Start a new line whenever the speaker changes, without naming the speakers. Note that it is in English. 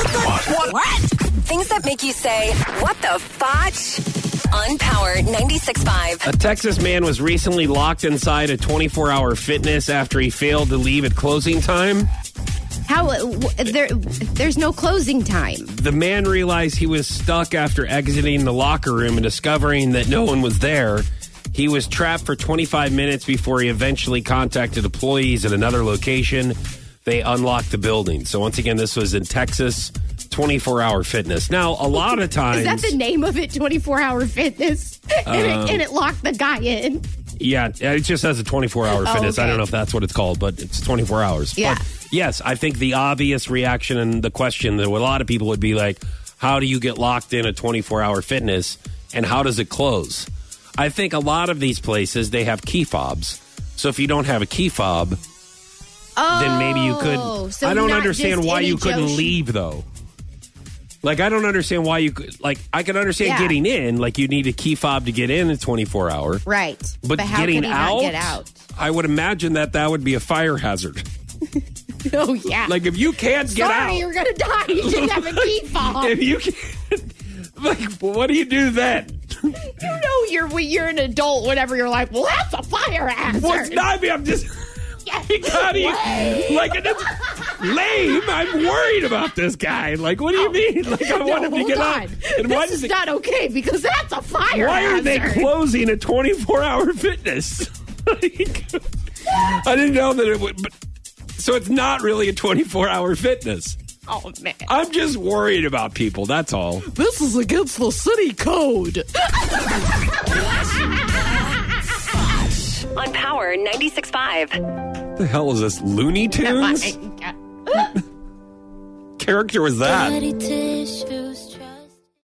What?
Things that make you say, what the fotch? On Power 96.5.
A Texas man was recently locked inside a 24 hour fitness after he failed to leave at closing time.
How uh, w- there? There's no closing time.
The man realized he was stuck after exiting the locker room and discovering that no one was there. He was trapped for 25 minutes before he eventually contacted employees at another location. They unlocked the building. So, once again, this was in Texas, 24 hour fitness. Now, a lot of times.
Is that the name of it? 24 Hour Fitness, and, it,
Um,
and it locked the guy in.
Yeah, it just has a 24 hour
Oh,
fitness. I
okay.
don't know if that's what it's called, but it's 24 hours.
Yeah.
But yes, I think the obvious reaction and the question that a lot of people would be like, how do you get locked in a 24 hour fitness and how does it close? I think a lot of these places, they have key fobs. So if you don't have a key fob,
Oh,
then maybe you could.
so
I don't
not
understand
just
why
any
you couldn't
Joe-
leave though. Like I don't understand why you could. Like I can understand
Yeah.
getting in. Like you need a key fob to get in a twenty four hour.
Right,
But,
how
getting
could he
out,
Not get out.
I would imagine that that would be a fire hazard.
Oh yeah.
Like if you can't get
Sorry,
out,
you're gonna die. You didn't have a key fob.
if you can't, like what do you do then?
you know you're when you're an adult. Whenever you're like, well, that's a fire hazard.
What's not? I mean, I'm just.
Yes.
God, he,
Lame.
like it's lame. I'm worried about this guy. Like, what do you mean? Like, I want him to
Oh. Hold
get
on.
out.
this
why
is
does it
not okay because that's a fire
Why are
hazard.
they closing a 24 hour fitness? Like, I didn't know that it would. But, so it's not really a 24 hour fitness.
oh man.
I'm just worried about people. That's all.
This is against the city code.
On Power 96.5.
the hell is this? Looney Tunes? character was that?
Daddy